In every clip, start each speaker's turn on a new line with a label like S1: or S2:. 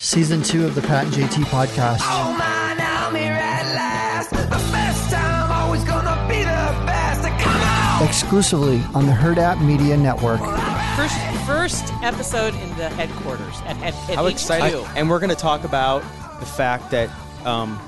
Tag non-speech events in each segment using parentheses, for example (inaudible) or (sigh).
S1: season two of the Pat and JT podcast.
S2: Oh man, I'm here at last. The best time, always gonna be the best. Come on!
S1: exclusively on the Herd App Media Network.
S3: First, first episode in the headquarters at, at, at
S4: How
S3: HQ.
S4: exciting! And we're going to talk about the fact that um,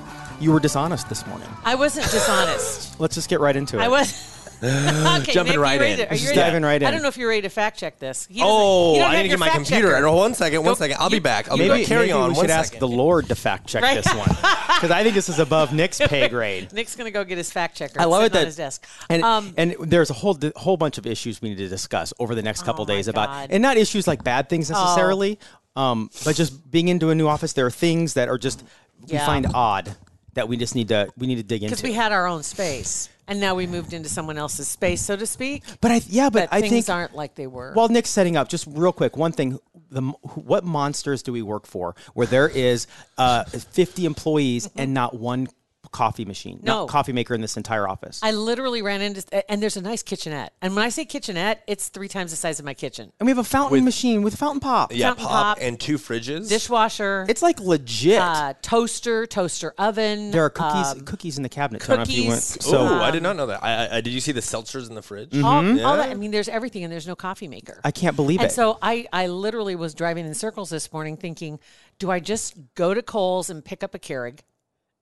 S4: you were dishonest this morning.
S3: I wasn't dishonest.
S4: Let's just get right into it.
S3: I
S4: (laughs)
S3: was. okay,
S5: Jumping
S3: Nick,
S5: right
S3: you ready
S5: in.
S3: to- are you
S4: Just
S3: ready to-
S4: diving right
S3: I
S4: in.
S3: don't know if you're ready to fact check this. He doesn't- you
S5: Oh,
S3: don't
S5: I
S3: have
S5: need to
S3: your
S5: get my
S3: fact
S5: computer.
S3: checker.
S5: I know. One second. One
S3: Go-
S5: second. I'll
S3: you-
S5: be back. I'll
S4: maybe,
S5: be back. Carry
S4: maybe
S5: on.
S4: We
S5: one
S4: should ask
S5: second.
S4: the Lord to fact check
S3: Right.
S4: this one
S3: (laughs)
S4: because I think this is above Nick's pay grade.
S3: Nick's gonna go get his fact checker.
S4: I
S3: It's
S4: love
S3: sitting
S4: it that
S3: on his desk.
S4: And,
S3: um,
S4: and there's a whole di- whole bunch of issues we need to discuss over the next couple
S3: Oh my
S4: days
S3: God. Oh.
S4: about and not issues like bad things necessarily, um, but just being into a new office. There are things that are just
S3: Yeah.
S4: we find odd that we just need to we need to dig into.
S3: because we had our own space, and now we moved into someone else's space, so to speak.
S4: but I yeah, but
S3: But
S4: I
S3: things
S4: think
S3: aren't like they were.
S4: While Nick's setting up, just real quick, one thing: the m- wh- what monsters do we work for? Where there is uh, 50 employees and not one coffee machine,
S3: No.
S4: not coffee maker in this entire office.
S3: I literally ran into, and there's a nice kitchenette. And when I say kitchenette, it's three times the size of my kitchen.
S4: and we have a fountain machine with fountain pop.
S5: yeah,
S3: Fountain
S5: pop,
S3: pop.
S5: and two fridges.
S3: Dishwasher,
S4: it's like legit.
S3: uh, toaster, toaster oven.
S4: there are cookies,
S3: um,
S4: cookies in the cabinet. I don't know if you went-
S3: cookies.
S5: oh,
S4: So
S5: I did not know that. I, I- I, did you see the seltzers in the fridge?
S3: all, all that. I mean, there's everything, and there's no coffee maker.
S4: Mm-hmm. I can't believe
S3: and
S4: it.
S3: so I, I literally was driving in circles this morning, thinking, do I just go to Kohl's and pick up a Keurig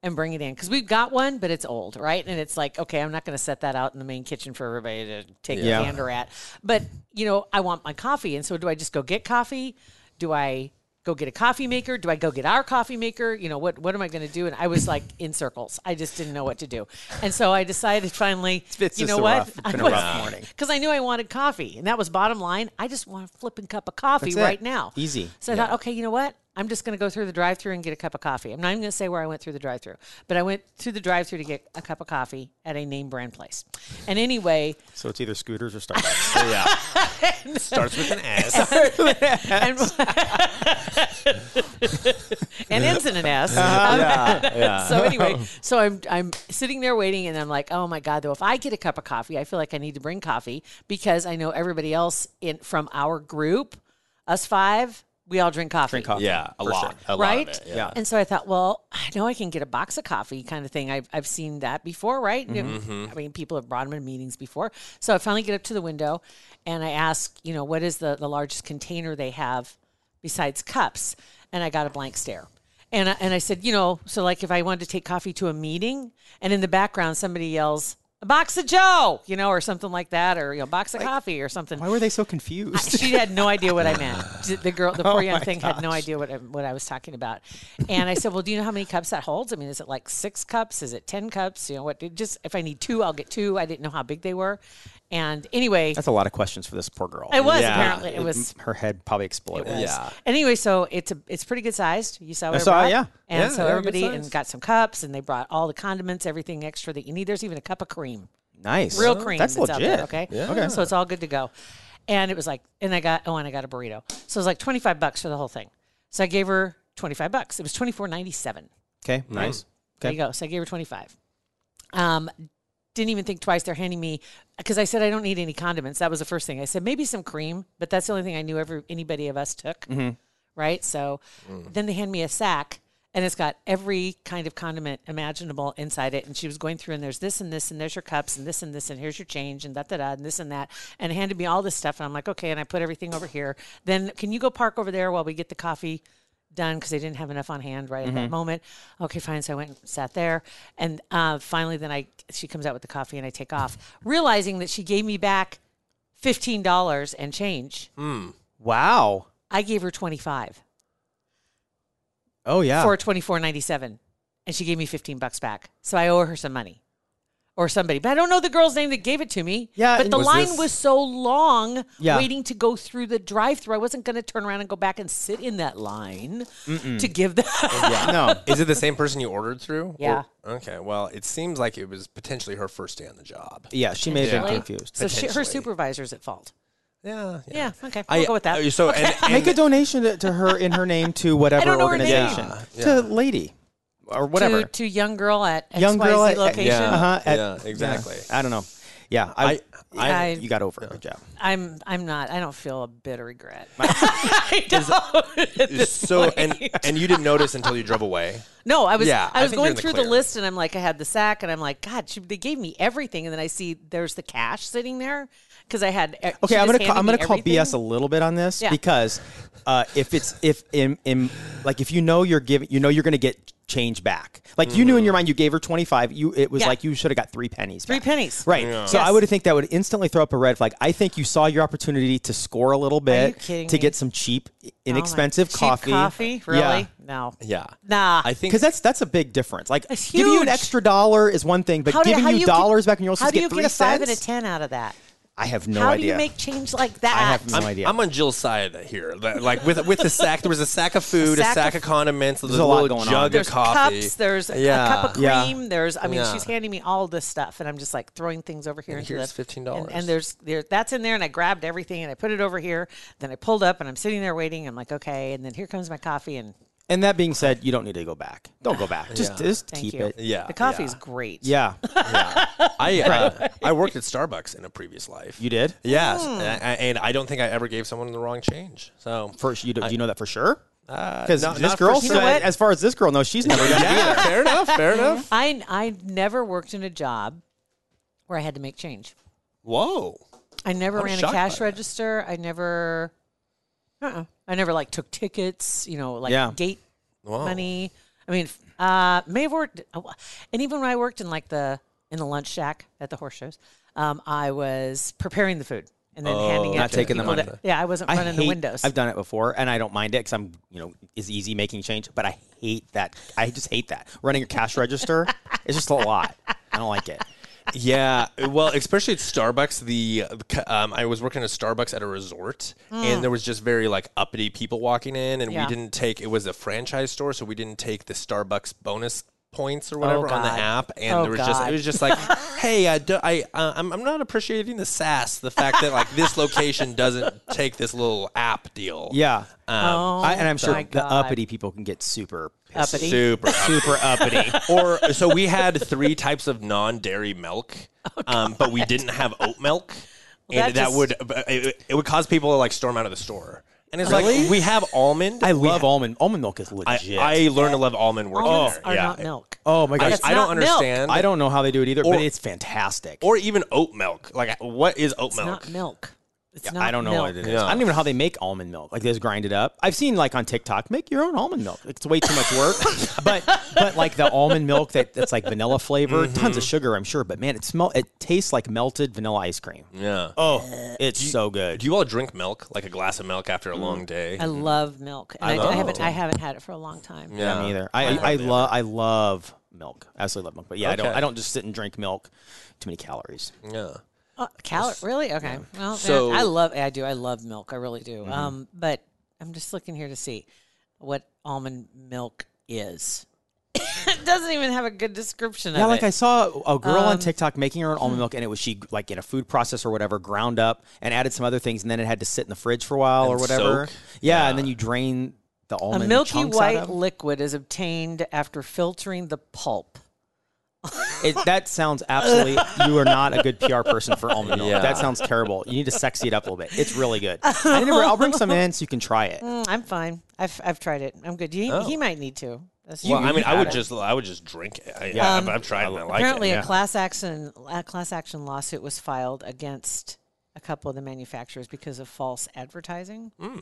S3: and bring it in? Because we've got one, but it's old, right? And it's like, okay, I'm not going to set that out in the main kitchen for everybody to take
S4: Yeah.
S3: a gander at. But you know, I want my coffee, and so do I just go get coffee? Do I? Go get a coffee maker. Do I go get our coffee maker? You know what? What am I going to do? And I was like in circles. I just didn't know what to do, and so I decided finally.
S4: It's
S3: you
S4: just
S3: know
S4: a
S3: what?
S4: rough- it's been a rough morning.
S3: Because I knew I wanted coffee, and that was bottom line. I just want a flipping cup of coffee
S4: That's it.
S3: right now.
S4: Easy.
S3: So I thought, okay, you know what? I'm just going to go through the drive through and get a cup of coffee. I'm not even going to say where I went through the drive through, but I went through the drive through to get a cup of coffee at a name brand place. And anyway,
S4: So it's either scooters or
S3: (laughs)
S4: Starbucks.
S5: yeah. Starts with an S.
S3: (laughs) and, and ends in an S.
S4: Uh-huh.
S3: (laughs) So anyway, so I'm I'm sitting there waiting, and I'm like, oh my god, though, if I get a cup of coffee, I feel like I need to bring coffee because I know everybody else in from our group, us five, we all drink coffee.
S4: Drink coffee.
S5: (laughs) Yeah, a
S4: for
S5: lot.
S4: sure.
S5: A lot
S3: Right?
S5: of it, yeah.
S4: Yeah.
S3: And so I thought, well, I know I can get a box of coffee kind of thing. I've, I've seen that before, right? You know, I mean, people have brought them in meetings before. So I finally get up to the window and I ask, you know, what is the, the largest container they have besides cups? And I got a blank stare. And I, and I said, you know, so like if I wanted to take coffee to a meeting and in the background somebody yells, a box of Joe, you know, or something like that, or, you know, box of coffee or something
S4: Why were they so confused?
S3: (laughs) she had no idea what I meant. D- The girl, the
S5: (laughs) Oh
S3: poor young thing, had no idea what I, what I was talking about. And I said, "Well, do you know how many cups that holds? I mean, is it like six cups? Is it ten cups? You know what? Just if I need two, I'll get two. I didn't know how big they were. And anyway,
S4: (laughs) That's a lot of questions for this poor girl.
S3: it was
S5: yeah.
S3: apparently it was.
S4: her head probably exploded.
S5: Yeah.
S3: Anyway, so it's a it's pretty good sized. You saw what I,
S4: saw it,
S3: brought?
S4: yeah.
S3: And
S5: Yeah,
S3: so
S5: yeah, good
S3: everybody
S5: size.
S3: and got some cups, and they brought all the condiments, everything extra that you need. There's even a cup of cream.
S4: Nice.
S3: real cream
S4: That's,
S3: that's out
S4: legit.
S3: there, okay? Okay. So it's all good to go. And it was like, and I got, oh, and I got a burrito. So it was like 25 bucks for the whole thing. So I gave her 25 bucks. It was 24.97.
S4: Okay. Nice.
S3: There you go. So I gave her 25. Um, didn't even think twice. They're handing me because I said I don't need any condiments. That was the first thing I said. Maybe some cream, but that's the only thing I knew ever anybody of us took.
S4: Mm-hmm.
S3: Right. So then they hand me a sack, and it's got every kind of condiment imaginable inside it. And she was going through, and there's this and this, and there's your cups, and this and this, and here's your change, and da da da, and this and that, and handed me all this stuff. And I'm like, okay. And I put everything over here. Then can you go park over there while we get the coffee? done because they didn't have enough on hand right at that moment. Okay, fine. So I went and sat there, and uh, finally, then I she comes out with the coffee, and I take off, realizing that she gave me back fifteen dollars and change.
S4: Wow.
S3: I gave her twenty five
S4: Oh yeah.
S3: for twenty four ninety seven, and she gave me fifteen bucks back. So I owe her some money. Or somebody, but I don't know the girl's name that gave it to me.
S4: Yeah,
S3: but
S4: and-
S3: the
S5: Was
S3: line
S5: this-
S3: was so long,
S4: Yeah.
S3: waiting to go through the drive-through. I wasn't going to turn around and go back and sit in that line to (laughs) give that.
S4: no.
S5: Is it the same person you ordered through? Or-
S3: Yeah.
S5: okay. Well, it seems like it was potentially her first day on the job.
S4: Yeah, she may have
S3: Really?
S4: been confused.
S3: So she, her
S5: Potentially.
S3: supervisor's at fault.
S5: Yeah.
S3: Yeah, okay. We'll go with that.
S5: uh, So and, and
S4: Make a donation to, to her in her name to whatever
S3: I don't know her name.
S4: organization. To lady or whatever.
S3: To, to young girl at
S4: Young
S3: XYZ
S4: girl at-
S3: location.
S5: yeah,
S4: Uh-huh, at-
S5: yeah, exactly.
S4: I don't know. Yeah, I,
S5: I-
S3: I-
S4: you got over it. Good job.
S3: I'm I'm not. I don't feel a bit of regret. (laughs) I
S4: (laughs)
S3: don't at this
S5: So
S3: point.
S5: and and you didn't notice until you drove away.
S3: no, I was
S5: Yeah,
S3: I
S5: I
S3: was
S5: think you're
S3: going
S5: in the
S3: through the
S5: clear.
S3: list and I'm like I had the sack and I'm like God, she, they gave me everything and then I see there's the cash sitting there because I had e- she
S4: Okay, I'm
S3: just
S4: gonna call,
S3: handed
S4: I'm
S3: me
S4: gonna call
S3: everything.
S4: BS a little bit on this
S3: Yeah.
S4: because uh, if it's if in, in like if you know you're giving you know you're gonna get change back like you knew in your mind you gave her 25 you it was
S3: Yeah.
S4: like you should have got three pennies
S3: Three
S4: back.
S3: pennies.
S4: right so
S3: Yes.
S4: I would think that would instantly throw up a red flag I think you saw your opportunity to score a little bit
S3: you kidding
S4: to
S3: me?
S4: get some cheap
S3: Oh my-
S4: inexpensive
S3: cheap
S4: coffee
S3: Coffee, really?
S4: yeah.
S3: No.
S5: Yeah.
S3: Nah.
S5: I think
S4: Because that's that's a big difference. Like
S3: It's
S4: giving you an
S3: huge.
S4: extra dollar is one thing, but
S3: How do-
S4: giving
S3: how
S4: you
S3: do get-
S4: dollars back and you're
S3: how
S4: supposed
S3: do
S4: to
S3: you
S4: get three
S3: get a five
S4: cents.
S3: and a ten out of that?
S4: I have no
S3: how
S4: idea.
S3: do you make change like that?
S4: I have no idea.
S5: I'm on Jill's side here. That- Like with with the sack, there was a sack of food, a
S3: sack
S5: sack,
S3: of-
S5: of, condiments, there's
S4: a
S5: a
S4: lot
S5: little
S4: going on.
S5: jug
S3: there's
S5: of coffee.
S3: cups. There's a- a
S5: Yeah.
S3: cup of
S4: Yeah.
S3: cream. There's, I mean,
S5: Yeah.
S3: she's handing me all this stuff, and I'm just like throwing things over here.
S5: And
S3: into
S5: here's
S3: the-
S5: $15.
S3: And, and there's there that's in there, and I grabbed everything and I put it over here. Then I pulled up, and I'm sitting there waiting. I'm like, okay, and then here comes my coffee, and
S4: And that being said, you don't need to go back. Don't
S3: (laughs)
S4: go back. Just, just
S3: thank
S4: keep
S3: you.
S4: it.
S5: Yeah,
S3: the coffee is
S5: yeah.
S3: great.
S4: Yeah.
S5: I uh, I worked at Starbucks in a previous life.
S4: You did?
S5: Yes,
S3: Hmm.
S5: and, I- and I don't think I ever gave someone the wrong change. So
S4: For, you, do, do you know that for sure? Because
S5: Uh, not-
S4: this
S5: not for
S4: girl,
S5: sure.
S4: said,
S5: You know
S3: what?
S4: as far as this girl knows, she's
S5: (laughs)
S4: never done it
S5: yeah,
S4: either.
S5: fair enough. Fair (laughs) enough.
S3: I I never worked in a job where I had to make change.
S5: Whoa.
S3: I never
S5: I'm
S3: ran a
S5: shocked by
S3: cash
S5: that.
S3: register. I never, uh-uh. I never like took tickets. You know, like
S4: Yeah.
S3: gate
S5: Wow.
S3: money. I mean, f- uh, may have worked, oh, and even when I worked in like the in the lunch shack at the horse shows, um, I was preparing the food and then handing it
S4: Oh. not
S3: to
S4: taking the
S3: people
S4: money.
S3: that- yeah, I wasn't
S4: I
S3: running
S4: hate,
S3: the windows.
S4: I've done it before, and I don't mind it because I'm, you know, is easy making change. But I hate that. I just hate that running a
S3: (laughs)
S4: cash register. It's just a lot. I don't like it.
S5: Yeah, well, especially at Starbucks. The um, I was working at Starbucks at a resort, and there was just very like uppity people walking in, and
S3: Hmm. Yeah.
S5: we didn't take. It was a franchise store, so we didn't take the Starbucks bonus points or whatever on the
S3: Oh, God.
S5: app, and
S3: Oh,
S5: there was just
S3: God. (laughs)
S5: it was just like, hey, I, do, I uh, I'm I'm not appreciating the sass, the fact that like this location doesn't take this little app deal. Um,
S4: Yeah.
S3: oh,
S4: I, and I'm sure
S3: my
S4: the
S3: God.
S4: uppity people can get super pissed.
S3: uppity.
S5: super
S4: super uppity.
S5: (laughs) or so we had three types of non-dairy milk, um, but we didn't have oat milk,
S3: Oh, that
S5: and that,
S3: just-
S5: would uh, it, it would cause people to like storm out of the store. And it's like we have almond.
S4: I
S5: We
S4: love
S5: ha-
S4: almond. Almond milk is
S5: I,
S4: legit.
S5: I learned to love almond working
S3: Almonds
S5: there.
S3: are
S5: yeah.
S3: not milk.
S4: oh my
S5: I,
S4: gosh.
S3: That's
S5: I don't
S3: not milk.
S5: understand.
S4: I don't know how they do it either,
S5: Or-
S4: but it's fantastic.
S5: or even oat milk. Like what is oat
S3: it's
S5: milk?
S3: not milk. It's not.
S4: I don't know
S3: milk.
S4: what it is.
S5: Yeah.
S4: I don't even know how they make almond milk. Like they just grind it up. I've seen like on TikTok, make your own almond milk. It's way too much (laughs) work. but but like the almond milk that, that's like vanilla flavored, tons of sugar, I'm sure. But man, it smell it tastes like melted vanilla ice cream.
S5: Yeah.
S4: Oh, it's so good.
S5: Do you all drink milk? Like a glass of milk after a long day?
S3: Mm. I love milk, and I, I haven't. I haven't had it for a long time.
S5: yeah.
S4: me either. I I, love I love milk. I absolutely love milk. But yeah, I don't
S5: Okay.
S4: I don't just sit and drink milk. Too many calories.
S5: Yeah.
S3: Oh, cali- really? Okay. Well, yeah,
S5: So-
S3: I love. I do. I love milk. I really do. Um, but I'm just looking here to see what almond milk is. (coughs) it doesn't even have a good description
S4: Yeah,
S3: of it. Um,
S4: like
S3: hmm.
S4: I saw a girl on TikTok making her own almond milk, and it was she like in a food process or whatever, ground up and added some other things, and then it had to sit in the fridge for a while or
S5: And
S4: whatever.
S5: soak?
S4: Yeah, and then you drain the
S3: a
S4: almond.
S3: milky
S4: chunks Out
S3: white
S4: of.
S3: liquid is obtained after filtering the pulp.
S4: It, that sounds absolutely.
S3: (laughs)
S4: you are not a good PR person for almond milk.
S5: Yeah.
S4: That sounds terrible. You need to sexy it up a little bit. It's really
S3: (laughs)
S4: good. I never, I'll bring some in so you can try it.
S3: Mm, I'm fine. I've I've tried it. I'm good. He, he might need to. That's
S5: Well,
S3: fine.
S5: I mean, I would just I would just drink it. I, yeah. I've, I've tried it. I like
S3: Apparently,
S5: it.
S3: a class action a class action lawsuit was filed against a couple of the manufacturers because of false advertising.
S5: Hmm.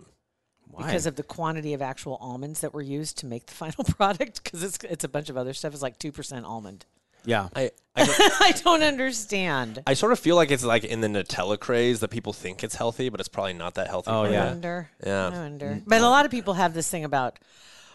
S3: Because of the quantity of actual almonds that were used to make the (laughs) final product, because it's it's a bunch of other stuff. It's like two percent almond. (laughs)
S4: Yeah,
S5: I, I
S3: I don't understand.
S5: I sort of feel like it's like in the Nutella craze that people think it's healthy, but it's probably not that healthy.
S4: Oh,
S3: I
S5: for you.
S4: yeah.
S3: wonder.
S5: Yeah. Mm,
S3: I wonder. But a lot of people have this thing about,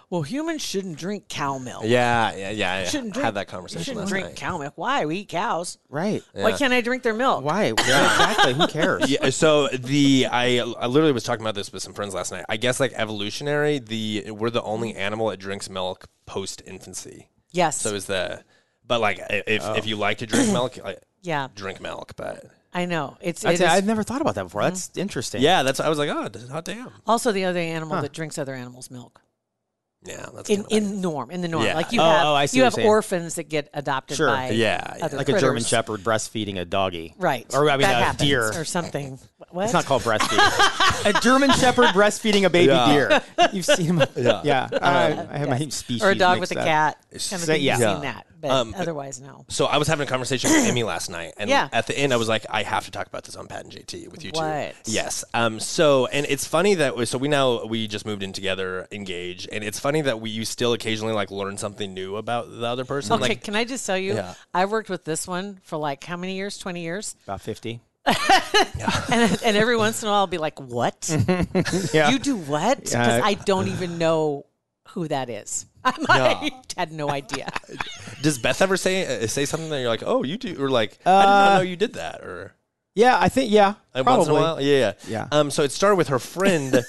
S3: well, humans shouldn't drink cow milk.
S5: yeah, yeah, yeah. yeah.
S3: Shouldn't drink,
S5: had that conversation.
S3: Shouldn't
S5: last
S3: drink
S5: night.
S3: cow milk. Why we eat cows?
S4: right.
S3: Why can't I drink their milk?
S4: Why? Yeah, exactly. Who cares?
S5: Yeah, uh, so the I, I literally was talking about this with some friends last night. I guess like evolutionary, the we're the only animal that drinks milk post infancy.
S3: Yes.
S5: So is the, but like i- if if you like to
S3: Oh.
S5: drink milk, like,
S3: yeah.
S5: drink milk. But
S3: I know. It's
S4: I'd
S3: it
S4: say
S3: is- Mm-hmm.
S4: I've never thought about that before. That's interesting.
S5: yeah, that's I was like, oh, d- oh damn.
S3: also the other animal that drinks other animals' milk.
S5: Yeah, that's
S3: in,
S5: kinda like-
S3: in norm in the norm.
S5: Yeah.
S3: Like you
S4: Oh,
S3: have
S4: oh, I see
S3: you
S4: what
S3: have
S4: you're saying.
S3: orphans that get adopted
S4: Sure.
S3: by
S5: Yeah, yeah.
S3: other
S4: like a German
S3: critters.
S4: Shepherd breastfeeding a doggy,
S3: right?
S4: Or I mean,
S3: That
S4: a
S3: happens.
S4: deer.
S3: or something. What?
S4: It's not called breastfeeding. (laughs) a German Shepherd breastfeeding a baby
S5: Yeah.
S4: deer. You've seen
S5: (laughs)
S4: him. Yeah. I, I have my species.
S3: or a dog with
S4: mixed
S3: a
S4: up.
S3: cat. Kind of
S4: Say-
S3: thing.
S4: yeah.
S3: You've seen that, but
S5: Um,
S3: otherwise, no.
S5: So I was having a conversation with Amy last night, and
S3: Yeah.
S5: at the end I was like, I have to talk about this on Pat and JT with you
S3: What?
S5: two. Yes. Um. So and it's funny that we, so we now we just moved in together, engaged, and it's funny that we you still occasionally like learn something new about the other person.
S3: Okay,
S5: Like,
S3: can I just tell you?
S5: Yeah.
S3: I worked with this one for like how many years? Twenty years, (laughs)
S4: About fifty.
S3: and and every once in a while I'll be like, "What?
S4: (laughs) Yeah.
S3: You do what?" Because
S4: Yeah.
S3: I don't even know who that is. (laughs) I might- had no
S4: (laughs)
S3: idea.
S5: does Beth ever say uh, say something that you're like, oh, you do, or like, I didn't
S4: Uh,
S5: know you did that, or
S4: yeah, I think. Yeah,
S5: Like
S4: probably.
S5: once in a while. Yeah,
S4: Yeah.
S5: Um, so it started with
S4: (laughs)
S5: her friend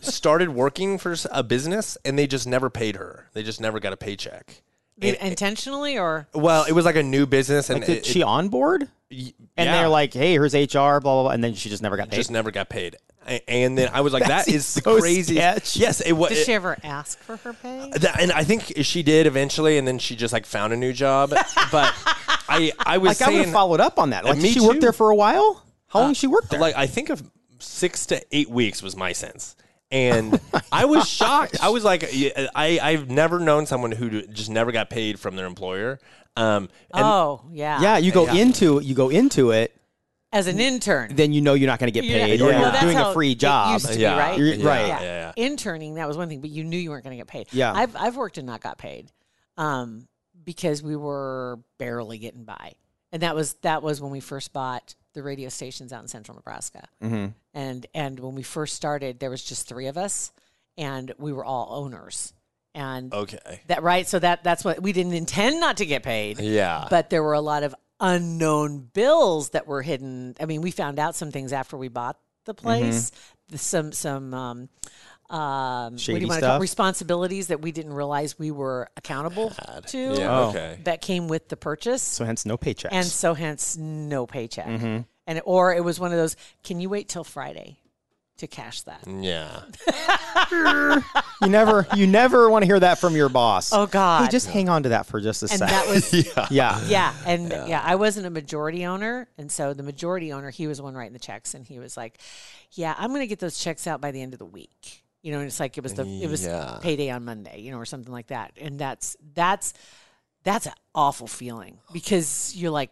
S5: started working for s- a business, and they just never paid her. They just never got a paycheck. And-
S3: Intentionally or
S5: well, it was like a new business, and
S4: Like, did
S5: it,
S4: she on board?
S5: it- y-
S4: And
S5: yeah,
S4: they're like, "Hey, here's HR," blah blah, blah, and then she just never got paid.
S5: just never got paid. A- And then I
S4: (laughs)
S5: was like, that is the
S4: so
S5: craziest.
S4: sketch.
S5: Yes, it was.
S3: did she ever ask for her pay?
S5: That- and I think she did eventually, and then she just like found a new
S3: (laughs)
S5: job. But I, I was
S4: like I would
S5: saying-
S4: have followed up on that. Like,
S5: me
S4: she worked
S5: too. Uh,
S4: there for a while. How long she worked there?
S5: Like I think of six to eight weeks was my sense,
S4: (laughs) Oh
S5: and I was shocked. I was like, yeah, I I've never known someone who just never got paid from their employer. Um, and
S3: oh yeah,
S4: yeah, you go
S5: Yeah.
S4: into you go into it,
S3: As an intern,
S4: then you know you're not going to get
S3: You're not-
S4: paid, or
S5: Yeah.
S3: well,
S4: you're
S3: that's
S4: doing
S3: how
S4: a free
S3: it
S4: job.
S3: used Oh, to be,
S5: Yeah.
S3: right?
S4: You're- right.
S5: Yeah, yeah,
S3: Interning that was one thing, but you knew you weren't going to get paid.
S4: Yeah.
S3: I've I've worked and not got paid, um, because we were barely getting by, and that was that was when we first bought the radio stations out in Central Nebraska,
S4: Mm-hmm.
S3: and and when we first started, there was just three of us, and we were all owners, and
S5: Okay.
S3: that right. So that that's what we didn't intend not to get paid
S5: Yeah.
S3: but there were a lot of unknown bills that were hidden. I mean, we found out some things after we bought the place. The- Some some um, um, what do
S4: Shady
S3: you want to call
S4: stuff?
S3: it? responsibilities that we didn't realize we were accountable to.
S5: Yeah.
S4: Oh.
S5: Okay.
S3: That came with the purchase,
S4: So hence no paychecks.
S3: and so hence no paycheck. And or it was one of those. Can you wait till Friday to cash that?
S5: Yeah.
S4: (laughs) you never you never want to hear that from your boss.
S3: Oh God!
S4: Hey, just hang on to that for just a
S3: and
S4: second.
S3: that was
S4: (laughs)
S5: (laughs)
S4: yeah.
S3: yeah and yeah. i wasn't a majority owner and so the majority owner he was the one writing the checks and he was like yeah i'm gonna get those checks out by the end of the week you know and it's like it was the it was
S5: Yeah.
S3: payday on monday you know or something like that and that's that's that's an awful feeling because you're like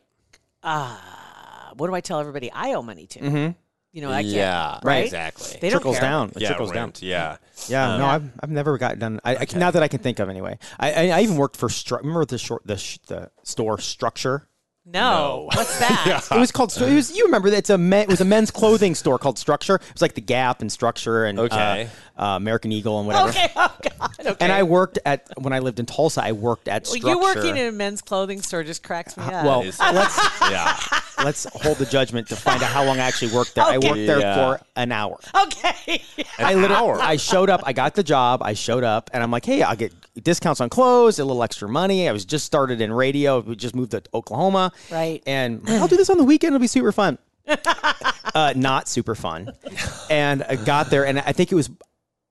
S3: ah what do i tell everybody i owe money to you know i can't
S5: Yeah.
S3: right
S5: Exactly.
S3: they
S4: Trickles
S3: don't care.
S4: down. It
S5: Yeah.
S4: trickles down.
S5: rent, Yeah.
S4: Yeah, no, I've, I've never got done. I, I, now that I can think of, anyway, I I, I even worked for stru- remember the short the sh- the store structure.
S3: no, what's that
S4: It was called. Stru- It was you remember that it's a men, it was a men's clothing store called Structure. It was like the Gap and Structure and uh,
S5: Okay.
S4: uh, American Eagle and
S3: (laughs)
S4: whatever.
S3: okay oh god okay
S4: And I worked at when I lived in Tulsa. I worked at
S3: Well,
S4: Structure.
S3: you working in a men's clothing store just cracks me up.
S4: well,
S5: Is-
S4: let's
S5: yeah.
S4: let's hold the judgment to find out how long I actually worked there. I
S3: Okay.
S4: worked there
S5: Yeah.
S4: for an hour.
S3: (laughs) okay.
S4: (laughs) I literally, I showed up. I got the job. I showed up, and I'm like, "Hey, I'll get discounts on clothes, a little extra money." I was just started in radio. We just moved to Oklahoma,
S3: Right.
S4: And I'm like, I'll do this on the weekend. It'll be
S3: (laughs)
S4: super fun. uh, not super fun. And I got there, and I think it was,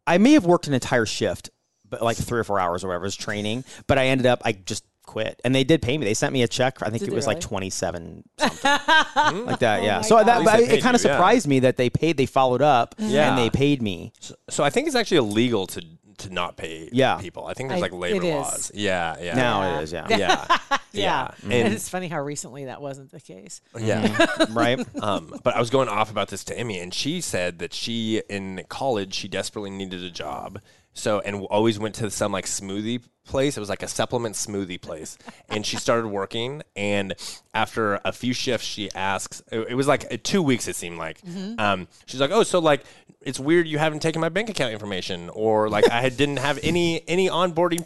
S4: I may have worked an entire shift, but like three or four hours or whatever, it was training. But I ended up, I just quit, and they did pay me. They sent me a check. I think
S3: Did
S4: it
S3: they
S4: was like
S3: really? (laughs) Oh
S4: 27 something, like that. Yeah.
S3: my
S4: So
S3: God.
S4: that, but
S5: they
S4: it
S5: paid
S4: kind of
S5: you, yeah.
S4: surprised me that they paid. They followed up,
S5: Yeah.
S4: and they paid me.
S5: So I think it's actually illegal to to not pay
S4: Yeah.
S5: people. I think there's
S3: I-
S5: like labor
S3: it is.
S5: laws. Yeah. Yeah.
S4: Now it is, yeah.
S5: Yeah.
S3: (laughs) Yeah.
S5: Yeah.
S3: And,
S5: Mm-hmm. And-
S3: it's funny how recently that wasn't the case.
S5: Yeah.
S4: (laughs) Right?
S5: um, but I was going off about this to Emmy, and she said that she in college she desperately needed a job, so and w- always went to some like smoothie place. It was like a supplement smoothie place, and she started working. And after a few shifts, she asks. It, it was like uh, two weeks. It seemed like. Um, she's like, oh, so like it's weird you haven't taken my bank account information, or like I had- didn't have any any onboarding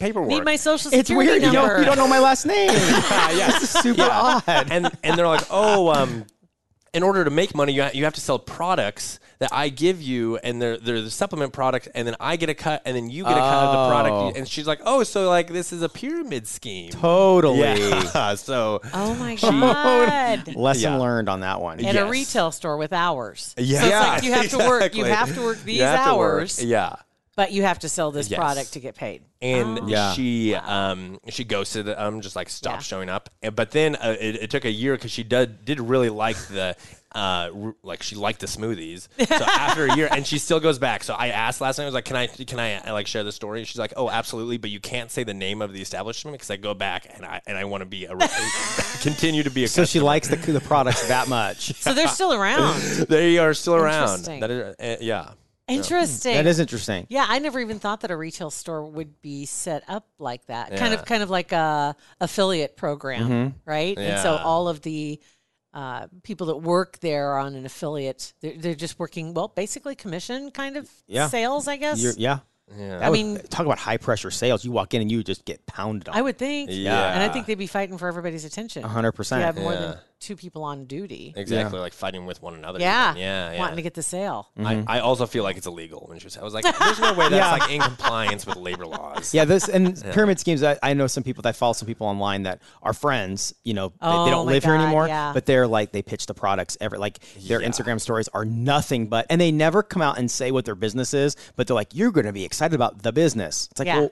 S3: (laughs)
S5: paperwork.
S3: Need my social
S4: It's
S3: security
S4: weird. You
S3: number.
S4: don't, you don't know my last name. yeah, yeah. It's super odd.
S5: and and they're like, oh, um, in order to make money, you ha- you have to sell products that I give you, and they're they're the supplement product, and then I get a cut, and then you get a cut of the product.
S4: Oh.
S5: And she's like, oh, so like this is a pyramid scheme.
S4: (laughs) Totally. (laughs)
S5: Yeah. so
S3: (laughs) Oh my god.
S4: Lesson
S5: Yeah.
S4: learned on that one.
S3: At
S5: Yeah.
S3: a
S5: yes.
S3: retail store with hours.
S5: yeah,
S3: So it's like you have to work. You have to work these
S5: You have to work.
S3: hours.
S5: Yeah.
S3: but you have to sell this
S5: Yes.
S3: product to get paid.
S5: and
S4: Yeah.
S5: she um she ghosted um just like stopped
S3: Oh. Yeah.
S5: showing up and, but then uh, it, it took a year because she did did really like the uh r- like she liked the smoothies
S3: (laughs)
S5: so after a year and she still goes back so i asked last night i was like can i can i uh, like share the story she's like oh absolutely but you can't say the name of the establishment because i go back and i and i want to be a (laughs) continue to be a
S4: So she
S5: customer.
S4: likes the the products that much.
S3: So they're still around.
S5: they are still around
S3: Interesting.
S5: that is, uh, yeah
S3: Interesting.
S4: That is interesting.
S3: Yeah, I never even thought that a retail store would be set up like that. Kind
S5: Yeah.
S3: of, kind of like a affiliate program, right? And so
S5: Yeah.
S3: all of the uh, people that work there are on an affiliate. They're, they're just working, well, basically commission kind of
S4: Yeah.
S3: sales, I guess.
S4: You're, yeah.
S5: yeah
S4: I
S3: mean-
S4: talk about high pressure sales. You walk in and you just get pounded
S3: I
S4: on.
S3: would think.
S5: Yeah.
S3: And I think they'd be fighting for everybody's attention.
S4: A hundred
S3: If you have
S4: percent.
S3: more than
S5: Yeah.
S3: two people on duty.
S5: exactly like fighting with one another
S3: Yeah.
S5: even. yeah yeah
S3: Wanting to get the sale.
S5: I, I also feel like it's illegal. When she was, I was like, there's no way that's
S4: Yeah.
S5: like in compliance with labor laws.
S4: Yeah, this and pyramid schemes. I, I know some people that follow some people online that are friends. You know, they- they,
S3: Oh
S4: don't
S3: my
S4: live here
S3: God,
S4: anymore,
S3: yeah.
S4: but they're like they pitch the products every like their
S5: Yeah.
S4: Instagram stories are nothing but, and they never come out and say what their business is. But they're like, you're going to be excited about the business. It's like,
S3: Yeah.
S4: well,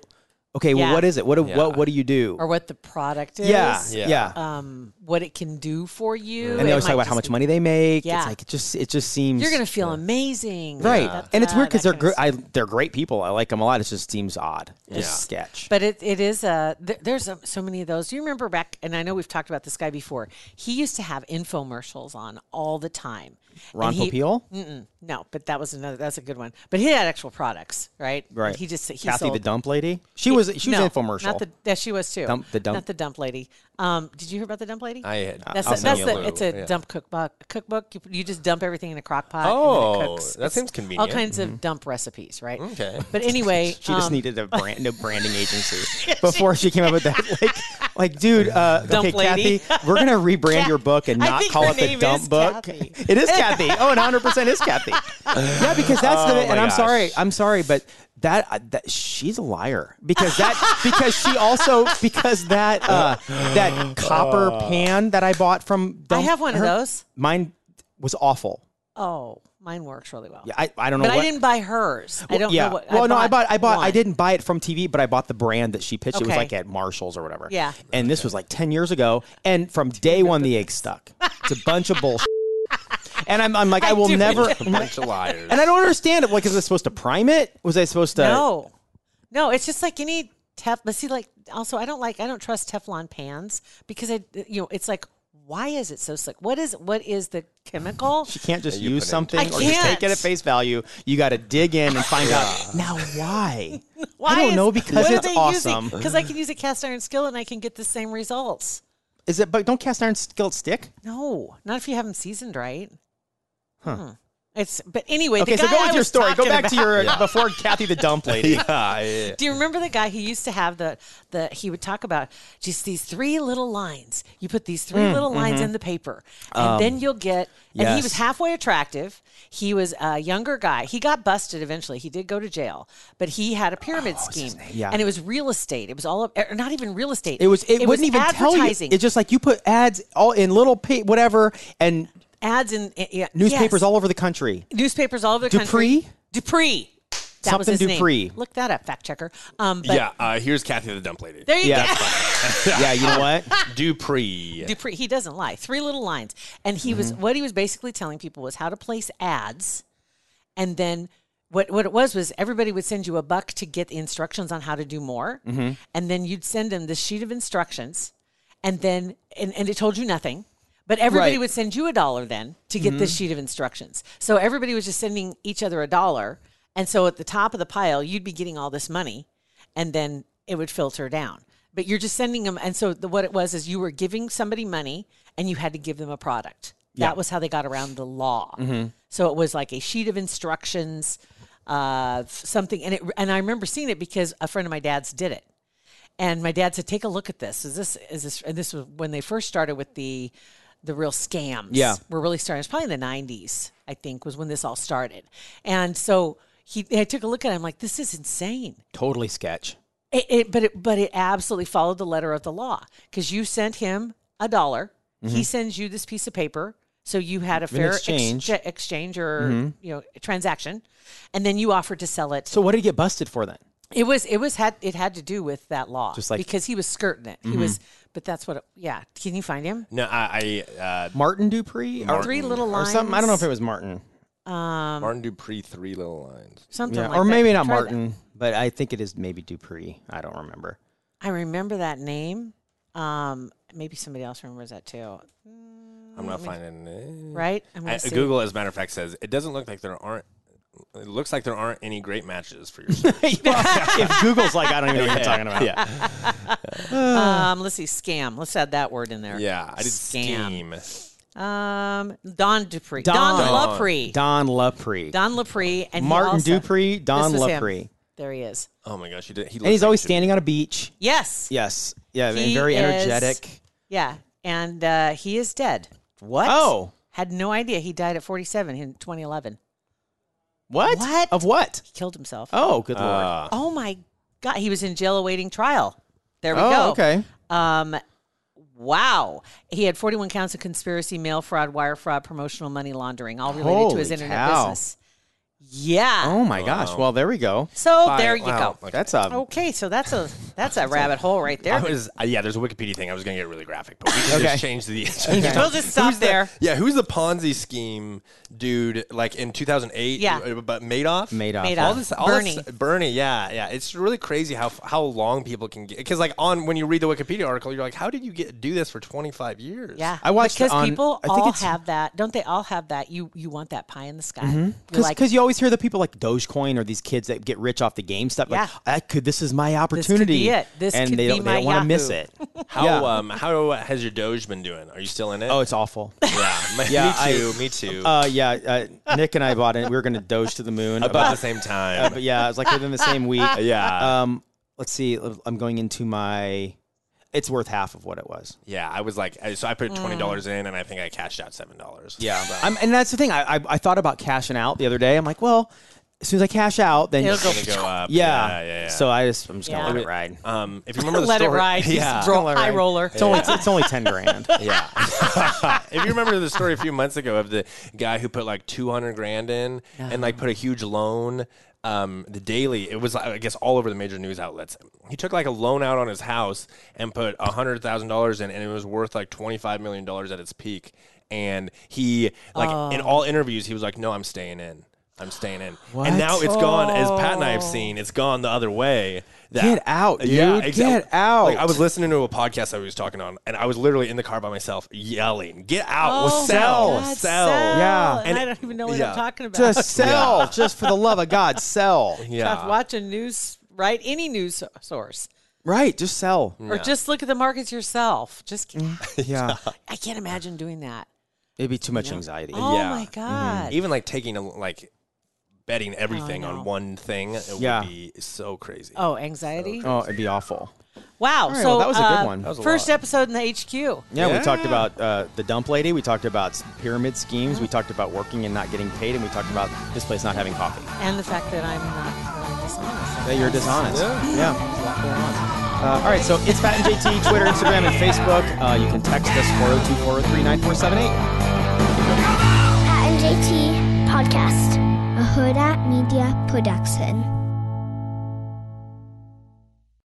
S4: okay,
S3: Yeah.
S4: well, what is it? What do,
S5: Yeah.
S4: what what do you do?
S3: Or what the product is.
S4: yeah,
S5: Yeah.
S4: yeah,
S3: Um, what it can do for you.
S4: And they
S3: It
S4: always talk
S3: might
S4: about how
S3: just
S4: much
S3: be-
S4: money they make.
S3: Yeah.
S4: It's like it just it just seems
S3: You're gonna feel amazing,
S4: right,
S3: Da, da,
S4: and it's
S3: da,
S4: weird because
S3: that
S4: they're gr-
S3: kinda
S4: I, they're great people. I like them a lot. It just seems odd. Just sketch.
S3: But it, it is a th- there's a, so many of those. Do you remember back? And I know we've talked about this guy before. He used to have infomercials on all the time. And
S4: Ron
S3: he-
S4: Popeil,
S3: Mm-mm, no, but that was another. That's a good one. But he had actual products, right? And
S4: right?
S3: He just he
S4: Kathy
S3: sold,
S4: the dump lady. She was she was
S3: no,
S4: infomercial.
S3: Not the yeah, she was too.
S4: Dump- the dump-
S3: Not the dump lady. Um, did you hear about the dump lady?
S5: I had.
S3: that's
S4: I'll
S3: a, that's
S4: send you
S3: the, it's a dump cookbook. Cookbook. You, you just dump everything in a crock pot. and then it
S5: Oh,
S3: cooks.
S5: that
S3: It's
S5: seems
S3: All
S5: convenient.
S3: kinds of dump recipes, right?
S5: Okay.
S3: But anyway,
S4: (laughs) She just
S3: um,
S4: needed a brand new branding
S3: (laughs)
S4: agency before she came up with that. Like, like, dude, uh,
S3: Dump
S4: okay,
S3: lady.
S4: Kathy, we're gonna rebrand your book and
S3: I
S4: not
S3: think
S4: call
S3: her
S4: it the
S3: name
S4: dump
S3: is
S4: book.
S3: Kathy.
S4: It is Kathy. Oh, and 100 percent
S3: (laughs)
S4: is Kathy. Yeah, because that's
S5: Oh
S4: the.
S5: my
S4: And I'm
S5: gosh.
S4: sorry, I'm sorry, but that uh, that she's a liar because that because she also because that uh, that copper pan that I bought from.
S3: I
S4: Dump-
S3: have one of
S4: her-
S3: those.
S4: Mine was awful.
S3: Oh, mine works really well.
S4: Yeah, I, I don't know.
S3: but I
S4: what-
S3: didn't buy hers. I don't
S4: yeah.
S3: know what.
S4: Well, no, I bought. I bought. I
S3: one.
S4: didn't buy it from TV, but I bought the brand that she pitched. It was
S3: Okay.
S4: like at Marshalls or whatever.
S3: Yeah.
S4: And this was like ten years ago, and from day one the egg stuck. It's a bunch
S3: (laughs)
S4: of bullshit. And I'm, I'm like, I, will
S3: do (laughs)
S4: never.
S5: a bunch of liars.
S4: (laughs) And I don't understand it. Like, is I supposed to prime it? Was I supposed to?
S3: No, no, it's just like any tef. But see, like also, I don't like. I don't trust Teflon pans because I, you know, it's like, why is it so slick? What is what is the
S4: (laughs)
S3: chemical?
S4: You can't just
S5: You put
S4: use
S5: in-
S4: something
S3: I
S4: or just take it
S3: can't.
S4: at face value. You got to dig in and find out now why.
S3: Why
S4: I don't know because it's awesome.
S3: Because I can use a cast iron skillet and I can get the same results.
S4: Is it? But don't cast iron skillet stick.
S3: No, not if you have them seasoned right. Hmm. It's but anyway.
S4: Okay,
S3: the
S4: so
S3: guy
S4: go
S3: I
S4: with your
S3: was
S4: story. Go
S3: talking
S4: back
S3: about-
S4: to your before Kathy the dump lady.
S5: (laughs) yeah, yeah.
S3: Do you remember the guy who used to have the the he would talk about just these three little lines. You put these three little lines in the paper, and then you'll get. And he
S4: Mm, mm-hmm. Um, yes.
S3: was halfway attractive. He was a younger guy. He got busted eventually. He did go to jail, but he had a pyramid
S4: Oh,
S3: scheme,
S4: Yeah.
S3: and it was real estate. It was all up, er, not even real estate.
S4: It was. It, wouldn't even tell you.
S3: advertising.
S4: It's just like you put ads all in little pa- whatever and
S3: ads in in- yeah,
S4: newspapers
S3: yes.
S4: all over the
S3: (laughs)
S4: country.
S3: newspapers all over the country.
S4: Dupree?
S3: Dupree. That was
S4: Something
S3: his name.
S4: Dupree.
S3: Look that up, fact checker. Um, but
S5: yeah uh, here's Kathy the dump lady.
S3: there you
S4: Yeah.
S3: go.
S4: yeah, you know what? (laughs)
S5: Dupree.
S3: Dupree, he doesn't lie. Three little lines. And he was what he was basically telling people was how to place ads. And then what what it was was everybody would send you a buck to get the instructions on how to do more. And then you'd send them this sheet of instructions. And then and, and it told you nothing. But everybody
S4: Right.
S3: would send you a dollar then to get this sheet of instructions. So everybody was just sending each other a dollar. And so at the top of the pile, you'd be getting all this money and then it would filter down. But you're just sending them. And so the, what it was is you were giving somebody money and you had to give them a product. That was how they got around the law. So it was like a sheet of instructions, uh, f- something. And it, and I remember seeing it because a friend of my dad's did it. And my dad said, "Take a look at this. Is this is this?" And this was when they first started with the the real scams.
S4: Yeah.
S3: were really starting. It's probably in the '90s, I think, was when this all started. And so he, I took a look at it. I'm like, "This is insane."
S4: Totally sketch.
S3: It, it, but it, but it absolutely
S4: Mm-hmm.
S3: followed the letter of the law because you sent him a dollar. He sends you this piece of paper So you had a fair
S4: exchange. Mm-hmm.
S3: exche- exchange or you know transaction, and then you offered to sell it.
S4: So what did he get busted for then?
S3: It was it was had it had to do with that law,
S4: Just like- Mm-hmm.
S3: because he was skirting it. He was, but that's what. It, yeah, can you find him?
S5: No, I, I uh,
S4: Martin Dupree or,
S3: Three little
S4: or
S3: lines,
S4: something? I don't know if it was Martin.
S5: Martin Dupree, three little lines.
S3: something,
S4: Yeah,
S3: like
S4: or
S3: that.
S4: maybe not
S3: Try that.
S4: Martin, but I think it is maybe Dupree. I don't remember. (laughs)
S3: I remember that name. Um, maybe somebody else remembers that too,
S5: I'm not finding it.
S3: right? I'm gonna
S5: I,
S3: see.
S5: Google, as a matter of fact, says it doesn't look like there aren't. It looks like there aren't any great matches for your service.
S4: if Google's like, I don't even know what you're talking about.
S5: yeah,
S3: Um, let's see, scam. Let's add that word in there.
S5: yeah. I did
S3: Scam.
S5: scheme.
S3: Um, Don Dupree, Don,
S4: Don.
S3: Lepree, Don,
S4: Don Lepree.
S3: Lepree, and he
S4: Martin
S3: also-
S4: Dupree, Don
S3: This was him.
S4: Lepree.
S3: There he is.
S5: Oh my gosh, he did. He
S4: And he's always standing on a beach.
S3: Yes.
S4: Yes. Yeah, and
S3: He
S4: very
S3: is-
S4: energetic.
S3: Yeah, and uh, he is dead. What?
S4: Oh.
S3: had no idea. He died at 47 in 2011.
S4: What?
S3: What?
S4: Of what?
S3: He killed himself. Oh,
S4: Oh, good lord.
S3: my god, he was in jail awaiting trial. There we
S4: oh,
S3: go.
S4: okay.
S3: Um, wow. He had 41 counts of conspiracy, mail fraud, wire fraud, promotional money laundering, all related to his
S4: Holy
S3: internet
S4: cow.
S3: business. Yeah.
S4: Oh my gosh. Well, there we go.
S3: so there you
S5: wow.
S3: go.
S5: Like-
S4: That's um, a
S3: Okay, so that's a that's a rabbit hole right there.
S5: I was uh, yeah. There's a Wikipedia thing. I was gonna get really graphic, but we can
S4: Okay.
S5: just change the. Change the
S3: We'll just stop there.
S5: yeah, who's the Ponzi scheme dude? Like in 2008.
S3: Yeah.
S5: uh, but Madoff.
S4: Madoff.
S3: Madoff.
S5: All this, all
S3: Bernie.
S5: This, Bernie. Yeah, yeah. It's really crazy how how long people can get because like on when you read the Wikipedia article, you're like, how did you get do this for 25 years?
S3: Yeah,
S4: I watched it
S3: because
S4: on-
S3: people
S4: I think
S3: all
S4: it's-
S3: have that. Don't they all have that? You you want that pie in the sky?
S4: Mm-hmm.
S3: You're
S4: Because
S3: like,
S4: you always hear the people like Dogecoin or these kids that get rich off the game stuff. Like,
S3: Yeah.
S4: I could. This is my
S3: be
S4: opportunity.
S3: it. This
S4: and
S3: could
S4: they
S3: be
S4: don't,
S3: my
S4: they don't want to miss
S3: Yahoo.
S4: it.
S5: How
S4: Yeah.
S5: um how has your Doge been doing? Are you still in it?
S4: Oh,
S3: (laughs)
S4: it's awful.
S5: (laughs) yeah, me,
S4: (laughs) Yeah, I-
S5: me too. me too.
S4: Uh, yeah, uh, Nick and I bought it. We were going to Doge to the moon.
S5: About the same time.
S4: but yeah, it was like within
S3: (laughs)
S4: the same week.
S5: yeah,
S4: Um, let's see. I'm going into my. It's worth half of what it was.
S5: yeah. I was like, I- so I put twenty dollars
S3: Mm.
S5: in, and I think I cashed out seven dollars. So-
S4: I'm, and that's the thing. I, I I thought about cashing out the other day. I'm like, well, as soon as I cash out, then
S3: It'll go-
S4: (laughs)
S5: Gonna go up.
S4: Yeah.
S5: yeah, yeah, yeah.
S4: So I just I'm just
S3: Yeah.
S4: gonna let it ride.
S5: um, if you remember
S3: (laughs)
S5: the
S3: let
S5: story,
S3: it ride. He's
S5: yeah,
S3: a dro- high roller.
S4: It's only it's only ten (laughs) grand.
S5: yeah. (laughs) if you remember the story a few months ago of the guy who put like 200 grand in and like put a huge loan, um, the daily, it was, I guess, all over the major news outlets. He took like a loan out on his house and put $100,000 in, and it was worth like $25 million at its peak. And he, like, in
S4: Oh.
S5: all interviews, he was like, no, I'm staying in. I'm staying in. And now it's gone, as Pat and I have seen, it's gone the other way. That,
S4: Oh. Get out, dude. Get out.
S5: Like, I was listening to a podcast I was talking on, and I was literally in the car by myself yelling, "Get out!
S3: oh,
S5: sell,
S3: my God,
S5: sell!"
S4: Yeah.
S3: And,
S5: And
S3: I
S5: it-
S3: don't even know what
S5: yeah.
S3: I'm talking about. (laughs)
S4: Just sell, just for the love of God, sell.
S5: Yeah.
S3: watch a news, right? Any news so- source,
S4: (laughs) Right, just sell.
S3: or just look at the markets yourself. Just
S4: Mm-hmm. Yeah,
S3: I can't imagine doing that.
S4: it'd be too much anxiety.
S3: Oh
S5: Yeah.
S3: my
S4: Mm-hmm.
S5: Mhm.
S3: god!
S5: Even like taking a like betting everything on one thing, it
S4: Yeah.
S5: would be so crazy.
S3: Oh, anxiety!
S4: Oh, it'd be awful.
S3: Wow!
S4: right,
S3: so
S4: well, that was a good
S3: uh,
S4: one. That was
S5: a
S3: first
S5: lot.
S3: episode in the HQ.
S4: Yeah,
S5: Yeah.
S4: we talked about uh, the dump lady. We talked about s- pyramid schemes. We talked about working and not getting paid, and we talked about this place not having coffee.
S3: and the fact that I'm not really dishonest.
S4: That you're dishonest. Yeah. Uh, all right, so it's Pat and JT, Twitter, Instagram, and Facebook. Uh, you can text us 402 403 9478.
S6: Pat and JT Podcast, a Huda Media Production.